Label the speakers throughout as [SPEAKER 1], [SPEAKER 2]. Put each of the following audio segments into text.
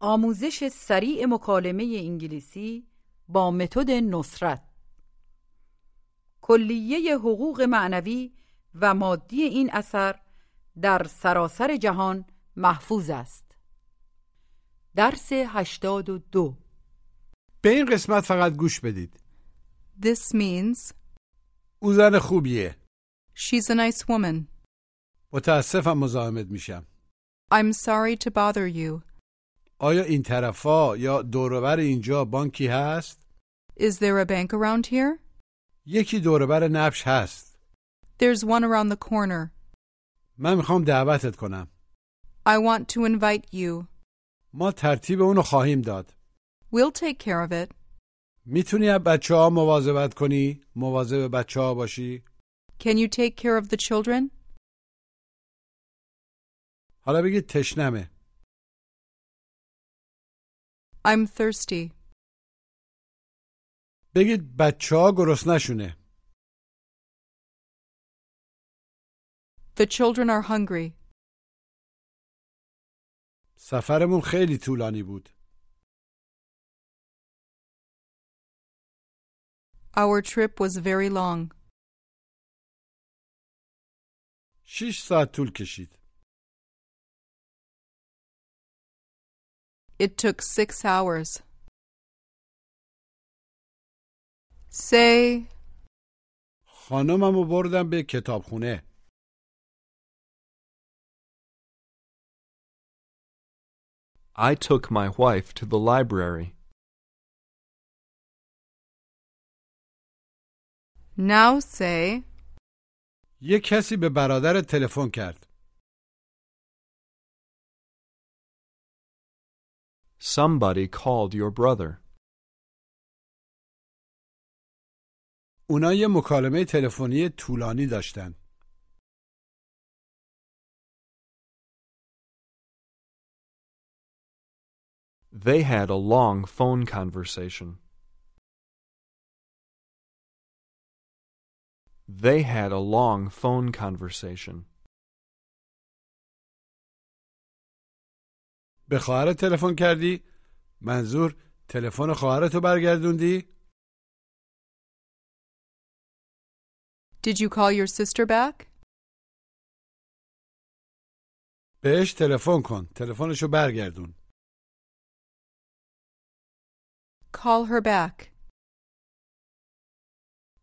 [SPEAKER 1] آموزش سریع مکالمه انگلیسی با متد نصرت کلیه حقوق معنوی و مادی این اثر در سراسر جهان محفوظ است درس 82
[SPEAKER 2] به این قسمت فقط گوش بدید
[SPEAKER 3] This means
[SPEAKER 2] او زن خوبیه
[SPEAKER 3] she's a nice woman.
[SPEAKER 2] متاسفم مزاحمت میشم
[SPEAKER 3] I'm sorry to bother you.
[SPEAKER 2] آیا این طرفا یا دوروبر اینجا بانکی هست؟
[SPEAKER 3] Is there a bank around here?
[SPEAKER 2] یکی دوروبر نبش هست
[SPEAKER 3] There's one around the corner.
[SPEAKER 2] من میخوام دعوتت کنم
[SPEAKER 3] I want to invite you.
[SPEAKER 2] ما ترتیب اونو خواهیم داد
[SPEAKER 3] We'll take care of it.
[SPEAKER 2] میتونی از بچه ها مواظبت کنی؟ مواظب بچه ها باشی؟
[SPEAKER 3] Can you take care of the children?
[SPEAKER 2] حالا بگید تشنمه
[SPEAKER 3] I'm thirsty.
[SPEAKER 2] بگید بچه ها گرسنشونه
[SPEAKER 3] The children are hungry.
[SPEAKER 2] سفرمون خیلی طولانی بود
[SPEAKER 3] Our trip was very long.
[SPEAKER 2] شیش ساعت طول کشید
[SPEAKER 3] It took six hours. Say,
[SPEAKER 2] خانمم رو بردم به کتابخونه
[SPEAKER 4] I took my wife to the library.
[SPEAKER 3] now say,
[SPEAKER 2] یه کسی به برادر تلفن کرد
[SPEAKER 4] Somebody called your brother.
[SPEAKER 2] اونا یه مکالمه تلفنی طولانی داشتن
[SPEAKER 4] They had a long phone conversation. They had a long phone conversation.
[SPEAKER 2] به خواهرت تلفن کردی منظور تلفن خواهرتو برگردوندی
[SPEAKER 3] Did you call your sister back?
[SPEAKER 2] بهش تلفن کن تلفنشو برگردون
[SPEAKER 3] Call her back.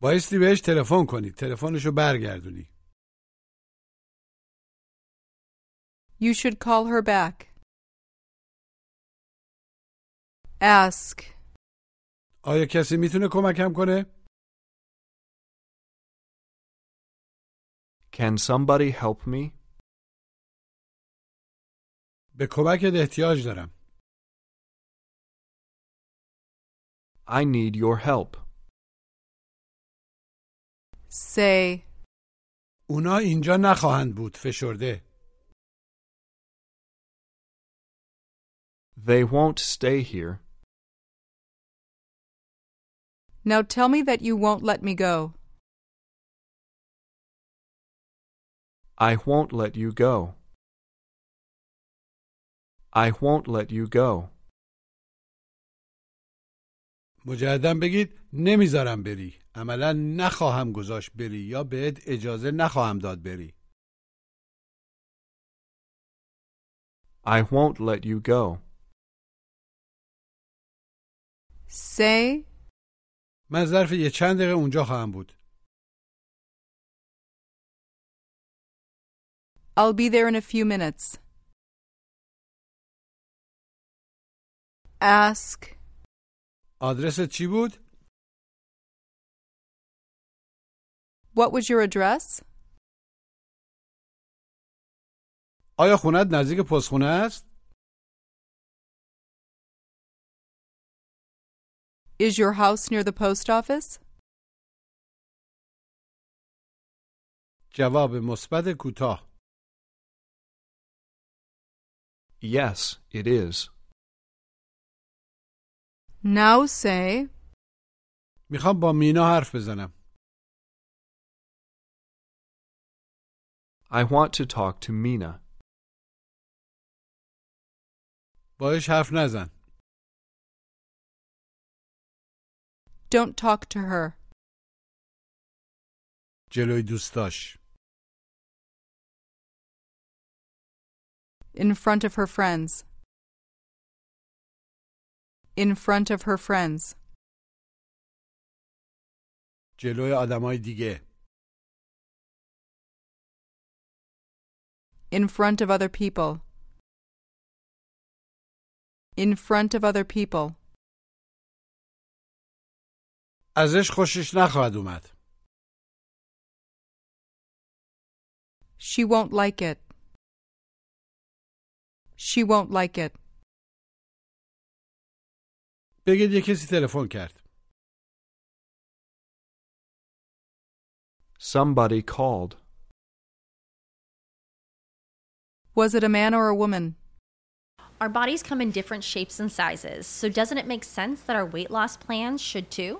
[SPEAKER 2] بایستی بهش تلفن کنی تلفنشو برگردونی
[SPEAKER 3] You should call her back. Ask.
[SPEAKER 2] آیا کسی میتونه کمکم کنه
[SPEAKER 4] Can somebody help me?
[SPEAKER 2] به کمکت احتیاج دارم
[SPEAKER 4] I need your help.
[SPEAKER 3] Say.
[SPEAKER 2] اونا اینجا نخواهند بود فشرده
[SPEAKER 4] They won't stay here.
[SPEAKER 3] Now tell me that you won't let me go.
[SPEAKER 4] I won't let you go. I won't let you go.
[SPEAKER 2] مجددا بگید نمیذارم بری عملا نخواهم گذاشت بری یا بهت اجازه نخواهم داد بری
[SPEAKER 4] I won't let you go.
[SPEAKER 3] Say.
[SPEAKER 2] من ظرف یه چند دقیقه اونجا خواهم بود
[SPEAKER 3] I'll be there in a few minutes. Ask.
[SPEAKER 2] آدرس چی بود
[SPEAKER 3] What was your address?
[SPEAKER 2] آیا خونت نزدیک پستخونه است؟
[SPEAKER 3] Is your house near the post office?
[SPEAKER 2] جواب مثبت کوتاه
[SPEAKER 4] Yes, it is.
[SPEAKER 3] Now say,
[SPEAKER 2] میخوام با مینا حرف بزنم
[SPEAKER 4] I want to talk to Mina.
[SPEAKER 2] باش حرف نزن
[SPEAKER 3] don't talk to her.
[SPEAKER 2] جلوی دوستاش
[SPEAKER 3] In front of her friends. In front of her friends.
[SPEAKER 2] جلوی آدمای دیگه
[SPEAKER 3] In front of other people. In front of other people.
[SPEAKER 2] ازش خوشش نخواهد اومد
[SPEAKER 3] She won't like it. She won't like it.
[SPEAKER 2] بگید یه کسی تلفن کرد
[SPEAKER 4] Somebody called.
[SPEAKER 3] Was it a man or a woman?
[SPEAKER 5] Our bodies come in different shapes and sizes, so doesn't it make sense that our weight loss plans should too?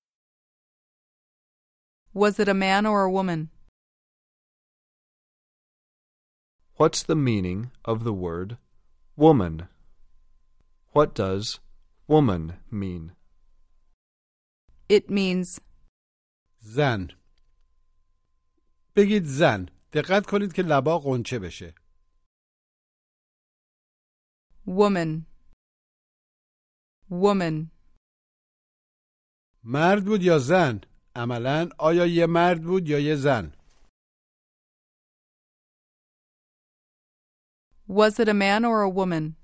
[SPEAKER 3] Was it a man or a woman?
[SPEAKER 4] What's the meaning of the word woman? What does woman mean?
[SPEAKER 3] It means
[SPEAKER 2] زن بگید زن دقت کنید که لبا قنچه بشه
[SPEAKER 3] woman. Woman.
[SPEAKER 2] مرد بود یا زن عملا آیا یه مرد بود یا یه زن
[SPEAKER 3] Was it a man or a woman?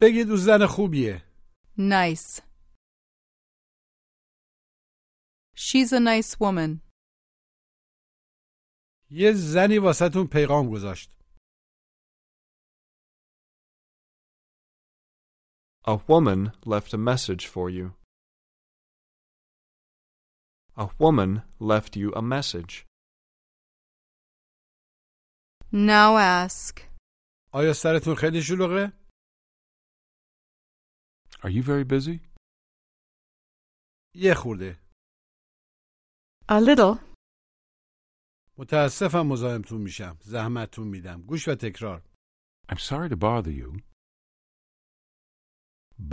[SPEAKER 2] بگید او زن خوبیه
[SPEAKER 3] Nice. She's a nice woman.
[SPEAKER 2] یه زنی واسهتون پیغام گذاشت
[SPEAKER 4] A woman left a message for you. A woman left you a message.
[SPEAKER 3] Now ask.
[SPEAKER 2] آیا سرتون خیلی شلوغه
[SPEAKER 6] Are you very busy?
[SPEAKER 2] یه خورده
[SPEAKER 7] A little.
[SPEAKER 2] متاسفم مزاحمتون میشم زحمتتون میدم گوش و تکرار
[SPEAKER 6] I'm sorry to bother you.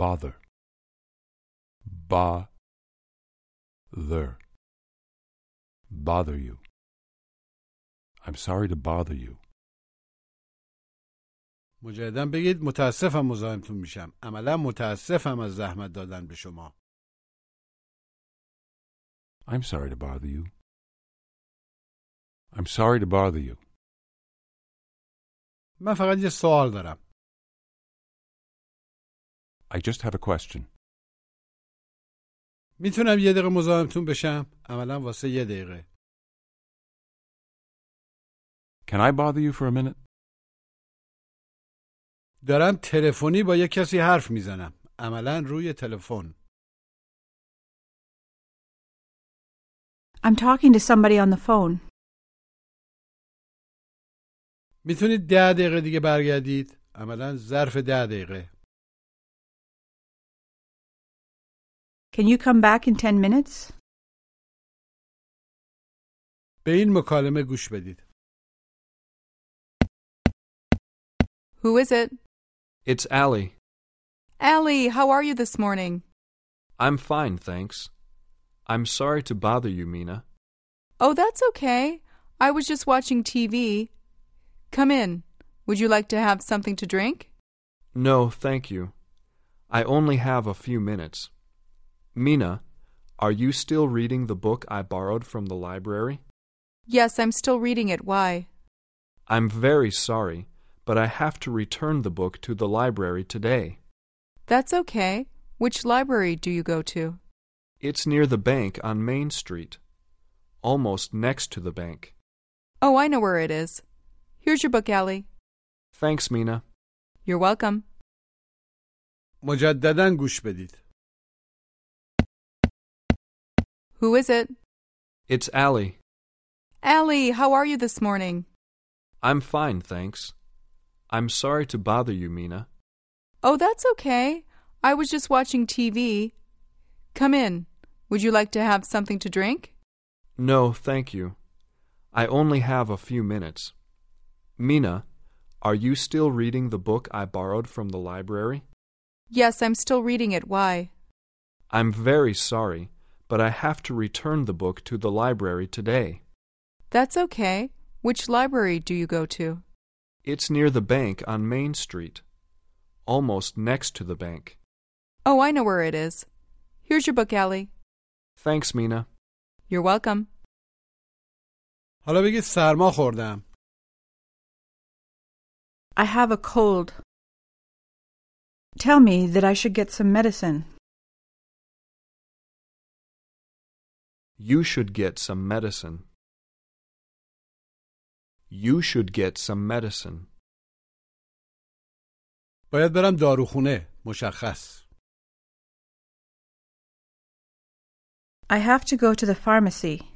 [SPEAKER 6] Bother. Ba. Ther. Bother you. I'm sorry to bother you.
[SPEAKER 2] مجددا بگید متاسفم مزاحمتون میشم عملا متاسفم از زحمت دادن به شما
[SPEAKER 6] I'm sorry to bother you. I'm sorry to bother you.
[SPEAKER 2] من فقط یه سوال دارم
[SPEAKER 6] I just have a question.
[SPEAKER 2] میتونم یه دقیقه مزاحمتون بشم عملا واسه یه دقیقه
[SPEAKER 6] Can I bother you for a minute?
[SPEAKER 2] دارم تلفنی با یه کسی حرف میزنم عملا روی تلفن
[SPEAKER 7] I'm talking to somebody on the phone.
[SPEAKER 2] میتونید ده دقیقه دیگه برگردید عملا ظرف ده دقیقه
[SPEAKER 7] Can you come back in 10 minutes?
[SPEAKER 2] به این مکالمه گوش بدید
[SPEAKER 3] Who is it?
[SPEAKER 4] It's Allie.
[SPEAKER 3] Allie, how are you this morning?
[SPEAKER 4] I'm fine, thanks. I'm sorry to bother you, Mina.
[SPEAKER 3] Oh, that's okay. I was just watching TV. Come in. Would you like to have something to drink?
[SPEAKER 4] No, thank you. I only have a few minutes. Mina, are you still reading the book I borrowed from the library?
[SPEAKER 3] Yes, I'm still reading it. Why?
[SPEAKER 4] I'm very sorry, but I have to return the book to the library today.
[SPEAKER 3] That's okay. Which library do you go to?
[SPEAKER 4] It's near the bank on Main Street, almost next to the bank.
[SPEAKER 3] Oh, I know where it is. Here's your book, Allie.
[SPEAKER 4] Thanks, Mina.
[SPEAKER 3] You're welcome.
[SPEAKER 2] مجددا گوش بدید
[SPEAKER 3] Who is it?
[SPEAKER 4] It's Allie.
[SPEAKER 3] Allie, how are you this morning?
[SPEAKER 4] I'm fine, thanks. I'm sorry to bother you, Mina.
[SPEAKER 3] Oh, that's okay. I was just watching TV. Come in. Would you like to have something to drink?
[SPEAKER 4] No, thank you. I only have a few minutes. Mina, are you still reading the book I borrowed from the library?
[SPEAKER 3] Yes, I'm still reading it. Why?
[SPEAKER 4] I'm very sorry, but I have to return the book to the library today.
[SPEAKER 3] That's okay. Which library do you go to?
[SPEAKER 4] It's near the bank on Main Street, almost next to the bank.
[SPEAKER 3] Oh, I know where it is. Here's your book, Allie.
[SPEAKER 4] Thanks, Mina.
[SPEAKER 3] You're welcome.
[SPEAKER 2] حالا بگید سرما خوردم
[SPEAKER 7] I have a cold. Tell me that I should get some medicine.
[SPEAKER 4] You should get some medicine. You should get some medicine.
[SPEAKER 2] باید برم داروخونه مشخص
[SPEAKER 7] I have to go to the pharmacy.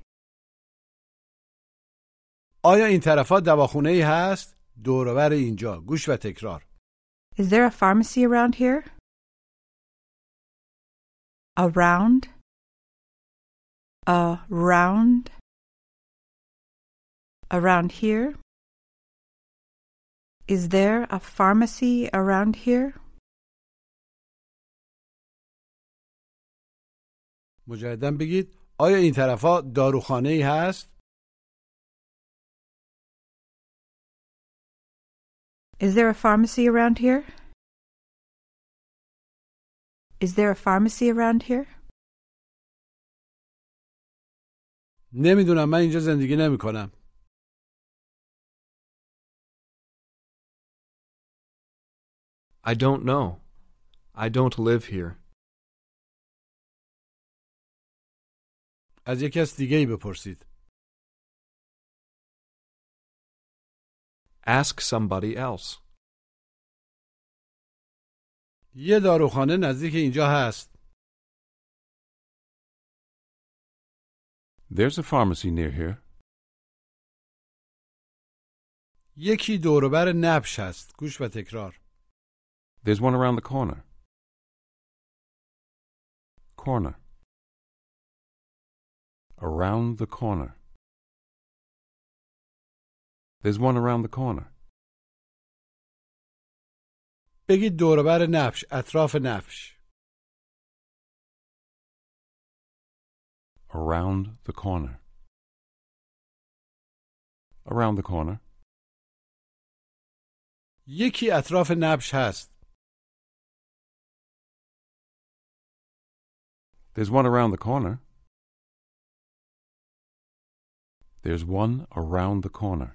[SPEAKER 2] آیا این طرفا دواخونه ای هست دوروبر اینجا گوش و تکرار
[SPEAKER 7] Is there a pharmacy around here? Around? Around? Around here? Is there a pharmacy around here?
[SPEAKER 2] مجددا بگید آیا این طرفا داروخانه ای هست
[SPEAKER 7] Is there a pharmacy around here? Is there a pharmacy around here?
[SPEAKER 2] نمیدونم من اینجا زندگی نمی کنم
[SPEAKER 4] I don't know. I don't live here.
[SPEAKER 2] از یک کس دیگه ای بپرسید
[SPEAKER 4] Ask somebody else.
[SPEAKER 2] یه داروخانه نزدیک اینجا هست
[SPEAKER 6] There's a pharmacy near here.
[SPEAKER 2] یکی دوروبر نبش هست گوش و تکرار
[SPEAKER 6] There's one around the corner. Corner. Around the corner. There's one around the corner.
[SPEAKER 2] بگید دوروبر نبش اطراف نبش
[SPEAKER 6] Around the corner. Around the corner.
[SPEAKER 2] یکی اطراف نبش هست
[SPEAKER 6] There's one around the corner. There's one around the corner.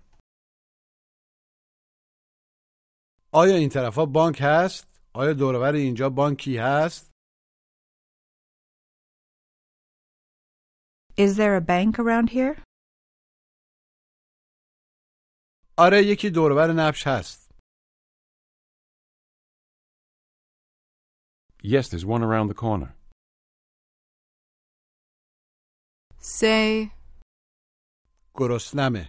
[SPEAKER 2] آیا این طرفا بانک هست آیا دورور اینجا بانکی هست؟
[SPEAKER 7] Is there a bank around here?
[SPEAKER 2] آره یکی دورور نبش هست.
[SPEAKER 6] Yes, there's one around the corner.
[SPEAKER 3] Say,
[SPEAKER 2] گرسنمه.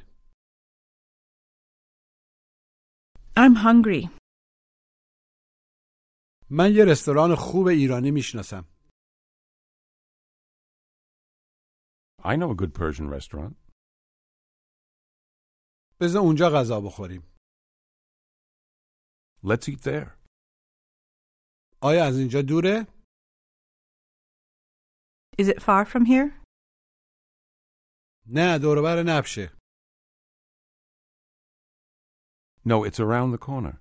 [SPEAKER 7] I'm hungry.
[SPEAKER 2] من یه رستوران خوب ایرانی میشناسم.
[SPEAKER 6] I know a good Persian restaurant.
[SPEAKER 2] بذار اونجا غذا بخوریم.
[SPEAKER 6] Let's eat there.
[SPEAKER 2] آیا از اینجا دوره؟
[SPEAKER 7] Is it far from here?
[SPEAKER 2] نه دوربر نبشه.
[SPEAKER 6] No, it's around the corner.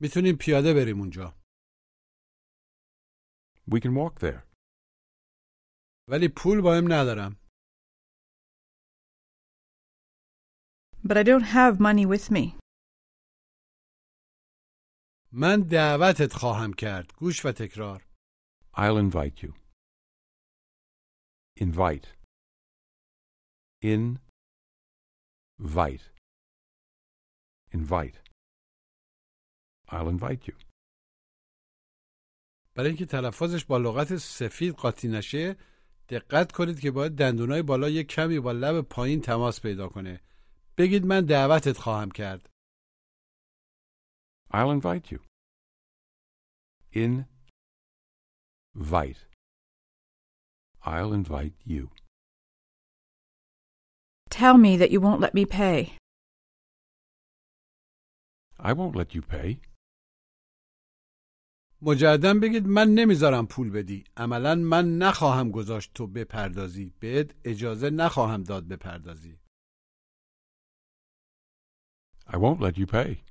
[SPEAKER 2] میتونیم پیاده بریم اونجا.
[SPEAKER 6] We can walk there.
[SPEAKER 2] ولی پول بایم ندارم.
[SPEAKER 7] But I don't have money with me.
[SPEAKER 2] من دعوتت خواهم کرد. گوش و تکرار.
[SPEAKER 6] I'll invite you. Invite. In. Vite. Invite. I'll invite you.
[SPEAKER 2] برای اینکه تلفظش با لغت سفید قاطی نشه دقت کنید که باید دندونای بالا یک کمی با لب پایین تماس پیدا کنه بگید من دعوتت خواهم کرد
[SPEAKER 6] I'll invite you. In. Vite. I'll invite you.
[SPEAKER 7] Tell me that you won't let me pay.
[SPEAKER 6] I won't let you pay.
[SPEAKER 2] مجددا بگید من نمیذارم پول بدی عملا من نخواهم گذاشت تو بپردازی بهت اجازه نخواهم داد بپردازی
[SPEAKER 6] I won't let you pay.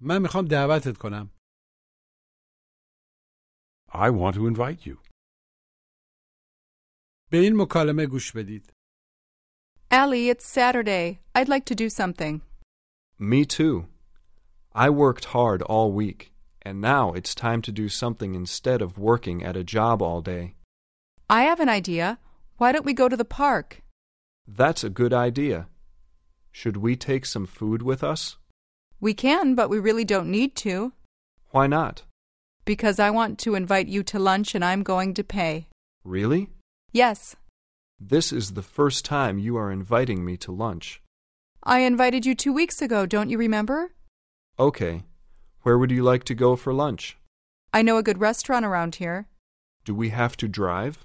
[SPEAKER 2] من میخوام دعوتت کنم
[SPEAKER 6] I want to invite you.
[SPEAKER 2] به این مکالمه گوش بدید
[SPEAKER 3] Allie, it's Saturday. I'd like to do something.
[SPEAKER 4] Me too. I worked hard all week, and now it's time to do something instead of working at a job all day.
[SPEAKER 3] I have an idea. Why don't we go to the park?
[SPEAKER 4] That's a good idea. Should we take some food with us?
[SPEAKER 3] We can, but we really don't need to,
[SPEAKER 4] Why not?
[SPEAKER 3] because I want to invite you to lunch and I'm going to pay.
[SPEAKER 4] Really?
[SPEAKER 3] Yes,
[SPEAKER 4] This is the first time you are inviting me to lunch.
[SPEAKER 3] I invited you two weeks ago, don't you remember?
[SPEAKER 4] Okay. Where would you like to go for lunch?
[SPEAKER 3] I know a good restaurant around here.
[SPEAKER 4] Do we have to drive?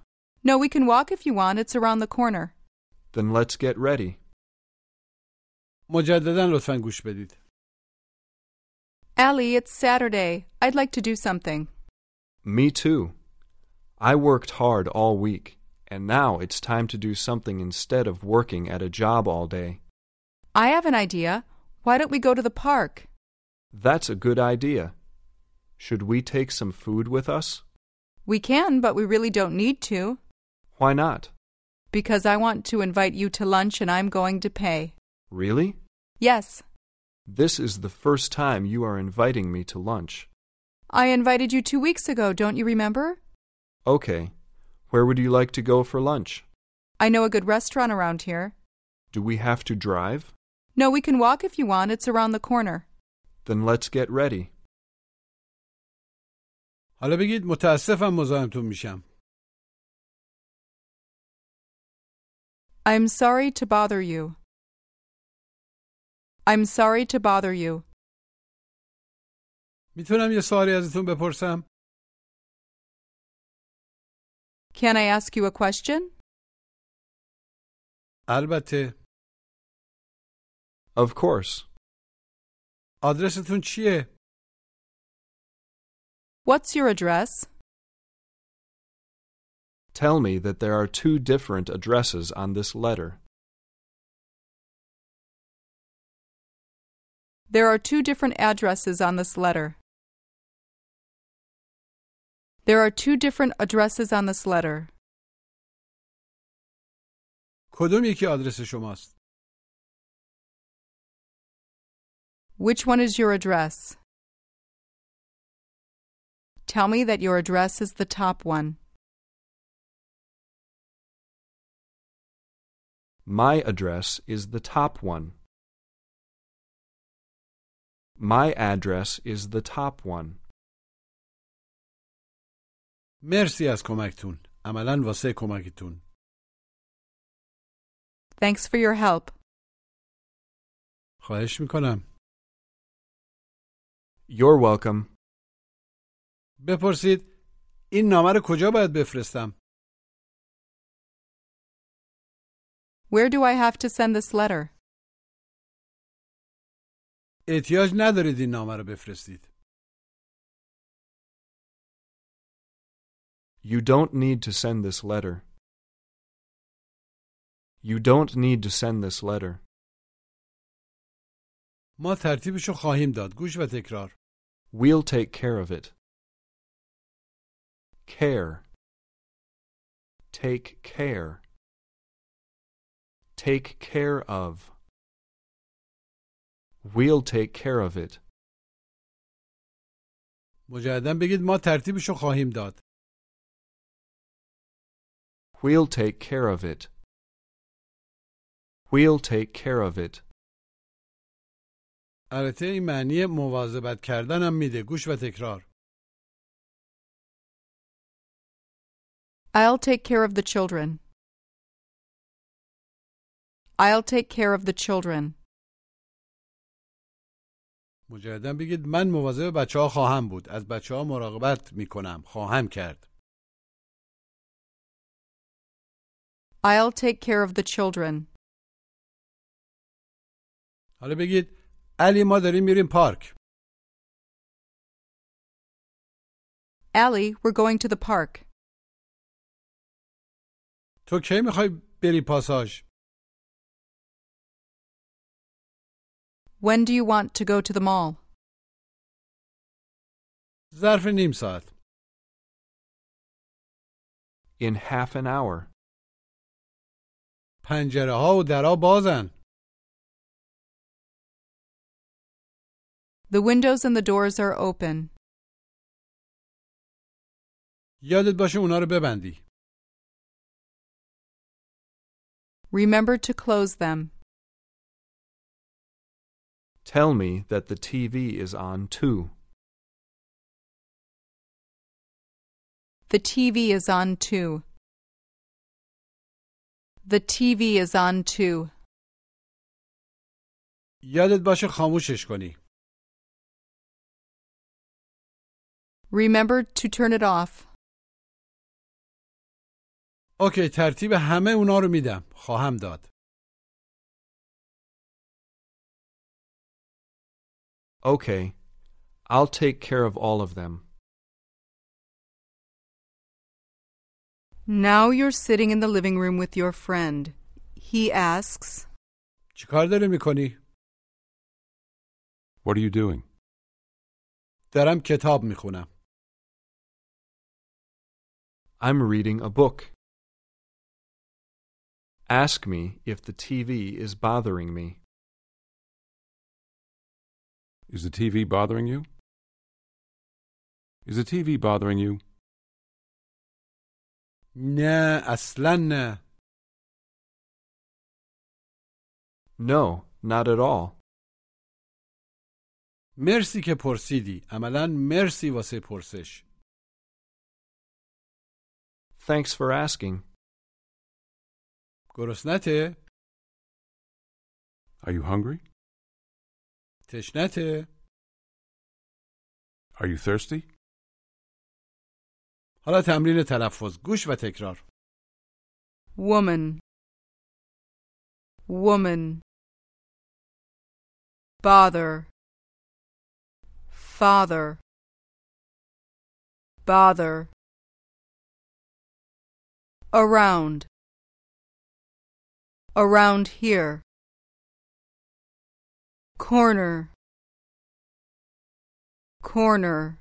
[SPEAKER 3] No, we can walk if you want, it's around the corner.
[SPEAKER 4] Then let's get ready.
[SPEAKER 2] مجددا لطفا گوش بدید
[SPEAKER 3] Allie, it's Saturday. I'd like to do something.
[SPEAKER 4] Me too. I worked hard all week, and now it's time to do something instead of working at a job all day.
[SPEAKER 3] I have an idea. Why don't we go to the park?
[SPEAKER 4] That's a good idea. Should we take some food with us?
[SPEAKER 3] We can, but we really don't need to,
[SPEAKER 4] Why not?
[SPEAKER 3] because I want to invite you to lunch and I'm going to pay.
[SPEAKER 4] Really?
[SPEAKER 3] Yes,
[SPEAKER 4] This is the first time you are inviting me to lunch.
[SPEAKER 3] I invited you two weeks ago, don't you remember?
[SPEAKER 4] Okay. Where would you like to go for lunch?
[SPEAKER 3] I know a good restaurant around here.
[SPEAKER 4] Do we have to drive?
[SPEAKER 3] No, we can walk if you want, it's around the corner.
[SPEAKER 4] Then let's get ready.
[SPEAKER 2] حالا بگید متاسفم مزاحمتون میشم
[SPEAKER 3] I'm sorry to bother you. I'm sorry to bother you.
[SPEAKER 2] میتونم یه سوالی ازتون بپرسم
[SPEAKER 3] Can I ask you a question?
[SPEAKER 2] البته
[SPEAKER 4] Of course.
[SPEAKER 2] آدرستون چیه
[SPEAKER 3] What's your address?
[SPEAKER 4] Tell me that there are two different addresses on this letter.
[SPEAKER 3] There are two different addresses on this letter. There are two different addresses on this letter.
[SPEAKER 2] کدوم یکی آدرس شماست
[SPEAKER 8] Which one is your address? Tell me that your address is the top one.
[SPEAKER 6] My address is the top one. My address is the top one.
[SPEAKER 2] مرسی از کمکتون عملا واسه کمکتون
[SPEAKER 8] Thanks for your help.
[SPEAKER 2] خواهش میکنم
[SPEAKER 6] You're welcome.
[SPEAKER 2] بپرسید این نامه رو کجا باید بفرستم
[SPEAKER 8] Where do I have to send this letter?
[SPEAKER 2] احتیاج ندارید این نامه رو بفرستید
[SPEAKER 6] You don't need to send this letter. You don't need to send this letter.
[SPEAKER 2] ما ترتیبش رو خواهیم داد گوش و تکرار
[SPEAKER 6] We'll take care of it. Care. Take care. Take care of. We'll take care of it.
[SPEAKER 2] مجددا بگید ما ترتیبش رو خواهیم داد
[SPEAKER 6] We'll take care of it. We'll take care of it.
[SPEAKER 2] البته این معنی مواظبت کردن هم میده گوش و تکرار
[SPEAKER 8] I'll take care of the children. I'll take care of the children.
[SPEAKER 2] مجددا بگید من مواظب بچه ها خواهم بود از بچه ها مراقبت میکنم خواهم کرد
[SPEAKER 8] I'll take care of the children.
[SPEAKER 2] حالا بگید علی ما داریم میریم پارک
[SPEAKER 8] Allie, we're going to the park.
[SPEAKER 2] تو کی میخوای بری پاساژ
[SPEAKER 8] When do you want to go to the mall?
[SPEAKER 2] ظرف نیم ساعت
[SPEAKER 6] In half an hour.
[SPEAKER 2] پنجره ها و درا بازن
[SPEAKER 8] The windows and the doors are open.
[SPEAKER 2] یادت باشه اونا رو ببندی
[SPEAKER 8] Remember to close them.
[SPEAKER 6] Tell me that the TV is on too.
[SPEAKER 8] The TV is on too. The TV is on too.
[SPEAKER 2] یادت باشه خاموشش کنی
[SPEAKER 8] Remember to turn it off.
[SPEAKER 2] اوکی ترتیب همه اونا رو میدم خواهم داد
[SPEAKER 6] Okay. I'll take care of all of them.
[SPEAKER 8] Now you're sitting in the living room with your friend. He asks,
[SPEAKER 2] چیکار داری میکنی
[SPEAKER 9] What are you doing?
[SPEAKER 2] دارم کتاب میخونم
[SPEAKER 6] I'm reading a book. Ask me if the TV is bothering me.
[SPEAKER 9] Is the TV bothering you? Is the TV bothering you?
[SPEAKER 2] نه اصلا نه
[SPEAKER 6] No, not at all.
[SPEAKER 2] مرسی که پرسیدی عملا مرسی واسه پرسش
[SPEAKER 6] Thanks for asking.
[SPEAKER 2] گرسنته
[SPEAKER 9] Are you hungry?
[SPEAKER 2] تشنته
[SPEAKER 9] Are you thirsty?
[SPEAKER 2] حالا تمرین تلفظ گوش و تکرار
[SPEAKER 8] Woman, woman, bother, father, bother, around, around here, corner, corner,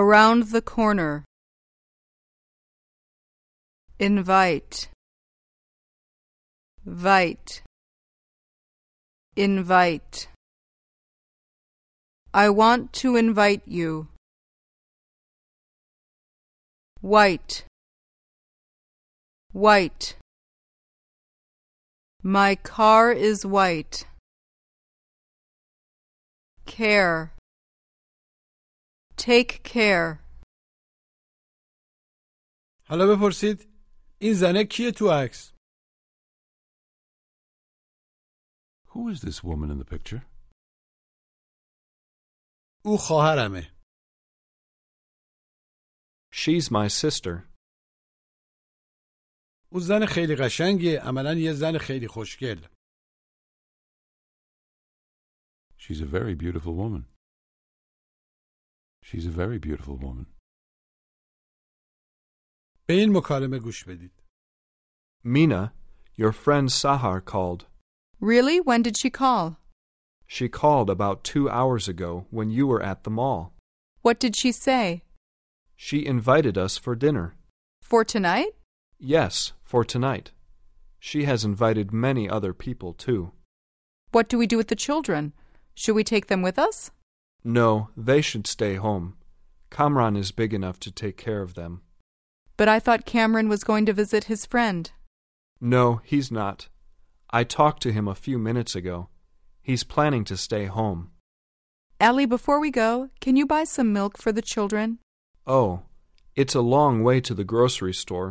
[SPEAKER 8] around the corner. Invite. Vite.
[SPEAKER 3] Invite. I want to invite you. White. White. My car is white. Care. Take care.
[SPEAKER 2] حالا بپرسید این زنه کیه تو عکس
[SPEAKER 6] Who is this woman in the picture?
[SPEAKER 2] او خواهرمه
[SPEAKER 4] She's my sister.
[SPEAKER 2] او زن خیلی قشنگه عملا یه زن خیلی خوشگل
[SPEAKER 6] She's a very beautiful woman. She's a very beautiful woman.
[SPEAKER 2] به این مکالمه گوش بدید
[SPEAKER 4] Mina, your friend Sahar called.
[SPEAKER 3] Really? When did she call?
[SPEAKER 4] She called about two hours ago when you were at the mall.
[SPEAKER 3] What did she say?
[SPEAKER 4] She invited us for dinner.
[SPEAKER 3] For tonight?
[SPEAKER 4] Yes, for tonight. She has invited many other people too.
[SPEAKER 3] What do we do with the children? Should we take them with us?
[SPEAKER 4] No, they should stay home. Kamran is big enough to take care of them.
[SPEAKER 3] But I thought Cameron was going to visit his friend.
[SPEAKER 4] No, he's not. I talked to him a few minutes ago. He's planning to stay home.
[SPEAKER 3] Ellie, before we go, can you buy some milk for the children?
[SPEAKER 4] Oh, it's a long way to the grocery store.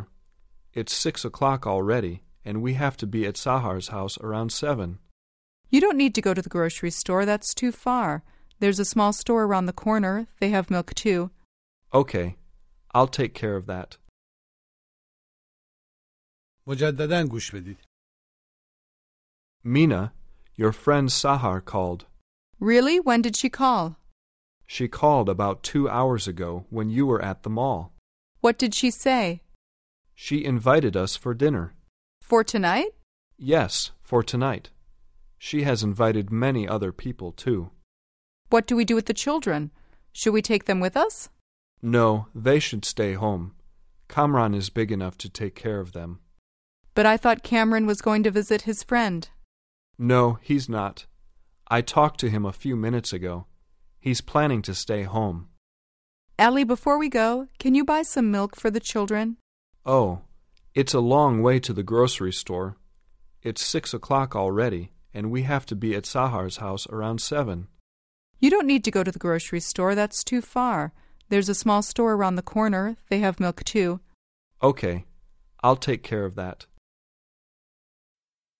[SPEAKER 4] It's six o'clock already, and we have to be at Sahar's house around seven.
[SPEAKER 3] You don't need to go to the grocery store, that's too far. There's a small store around the corner, they have milk too.
[SPEAKER 4] Okay, I'll take care of that.
[SPEAKER 2] مجددا گوش بدید
[SPEAKER 4] Mina, your friend Sahar called.
[SPEAKER 3] Really? When did she call?
[SPEAKER 4] She called about two hours ago when you were at the mall.
[SPEAKER 3] What did she say?
[SPEAKER 4] She invited us for dinner.
[SPEAKER 3] For tonight?
[SPEAKER 4] Yes, for tonight. She has invited many other people too.
[SPEAKER 3] What do we do with the children? Should we take them with us?
[SPEAKER 4] No, they should stay home. Kamran is big enough to take care of them.
[SPEAKER 3] But I thought Cameron was going to visit his friend.
[SPEAKER 4] No, he's not. I talked to him a few minutes ago. He's planning to stay home.
[SPEAKER 3] Ellie, before we go, can you buy some milk for the children?
[SPEAKER 4] Oh, it's a long way to the grocery store. It's six o'clock already, and we have to be at Sahar's house around seven.
[SPEAKER 3] You don't need to go to the grocery store, that's too far. There's a small store around the corner, they have milk too.
[SPEAKER 4] Okay, I'll take care of that.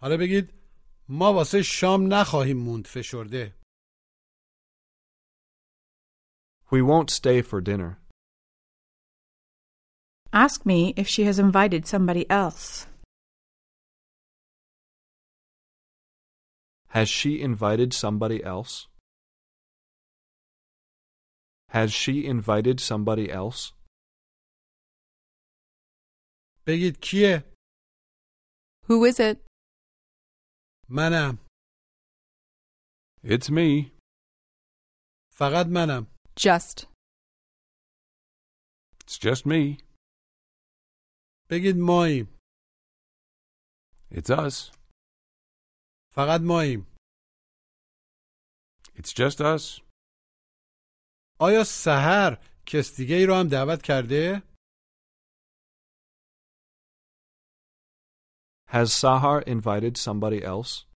[SPEAKER 2] حالا بگید ما واسه شام نخواهیم موند فشرده
[SPEAKER 4] We won't stay for dinner.
[SPEAKER 7] Ask me if she has invited somebody else.
[SPEAKER 4] Has she invited somebody else? Has she invited somebody else?
[SPEAKER 2] بگید کیه
[SPEAKER 3] Who is it?
[SPEAKER 2] منم
[SPEAKER 6] It's me.
[SPEAKER 2] فقط منم
[SPEAKER 3] Just.
[SPEAKER 6] It's just me.
[SPEAKER 2] بگید ماییم
[SPEAKER 6] It's us.
[SPEAKER 2] فقط ماییم
[SPEAKER 6] It's just us.
[SPEAKER 2] آیا سحر کس دیگه ای رو هم دعوت کرده؟
[SPEAKER 4] Has Sahar invited somebody else?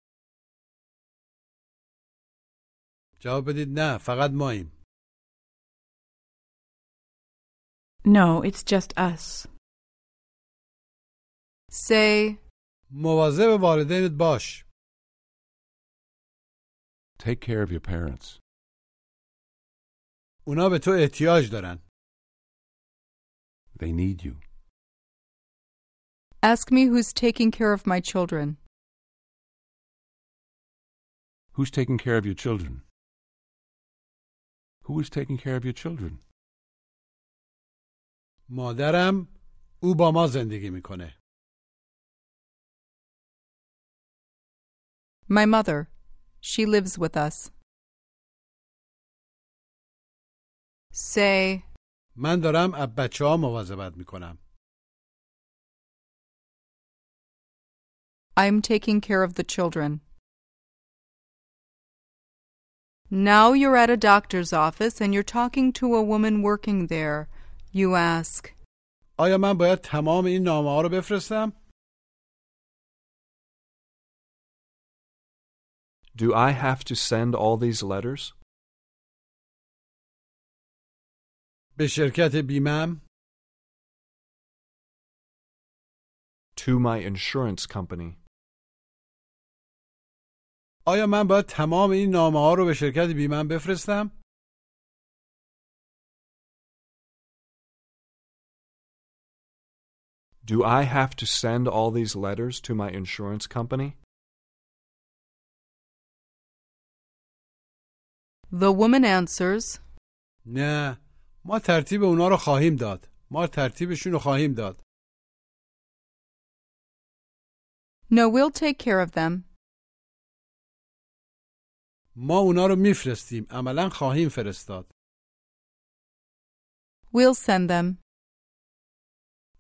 [SPEAKER 2] جواب بدید نه فقط ماییم
[SPEAKER 7] No, it's just us.
[SPEAKER 8] Say,
[SPEAKER 2] مواظب والدینت باش
[SPEAKER 10] Take care of your parents.
[SPEAKER 2] اونا به تو احتیاج دارن
[SPEAKER 10] They need you.
[SPEAKER 8] ask me who's taking care of my children.
[SPEAKER 10] Who's taking care of your children? Who is taking care of your children?
[SPEAKER 2] مادرم او با ما زندگی میکنه
[SPEAKER 8] My mother. She lives with us. Say,
[SPEAKER 2] من دارم از بچه ها مواظبت میکنم
[SPEAKER 8] I'm taking care of the children. Now you're at a doctor's office and you're talking to a woman working there. You ask,
[SPEAKER 2] آیا من باید تمام این نامه ها رو بفرستم؟
[SPEAKER 6] Do I have to send all these letters?
[SPEAKER 2] به شرکت بیمم
[SPEAKER 6] To my insurance company.
[SPEAKER 2] آیا من باید تمام این نامه ها رو به شرکت بیمم بفرستم؟
[SPEAKER 6] Do I have to send all these letters to my insurance company?
[SPEAKER 8] The woman answers,
[SPEAKER 2] نه ما ترتیب اونا رو خواهیم داد ما ترتیبشون رو خواهیم داد
[SPEAKER 8] No, we'll take care of them.
[SPEAKER 2] ما اونا رو میفرستیم عملا خواهیم فرستاد
[SPEAKER 8] We'll send them.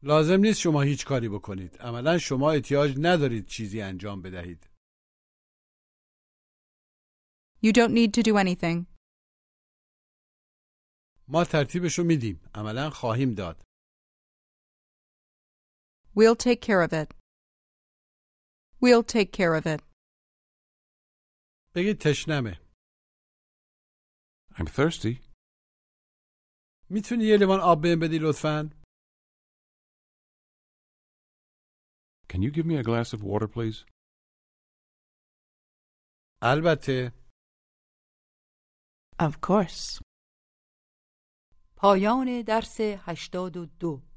[SPEAKER 2] لازم نیست شما هیچ کاری بکنید عملا شما احتیاج ندارید چیزی انجام بدهید
[SPEAKER 8] You don't need to do anything.
[SPEAKER 2] ما ترتیبش رو میدیم عملا خواهیم داد
[SPEAKER 8] We'll take care of it. We'll take care of it.
[SPEAKER 2] بگید تشنمه
[SPEAKER 10] I'm thirsty.
[SPEAKER 2] میتونی یه لیوان آب بهم بدی لطفا
[SPEAKER 10] Can you give me a glass of water, please?
[SPEAKER 2] البته
[SPEAKER 7] Of course.
[SPEAKER 11] پایان درس 82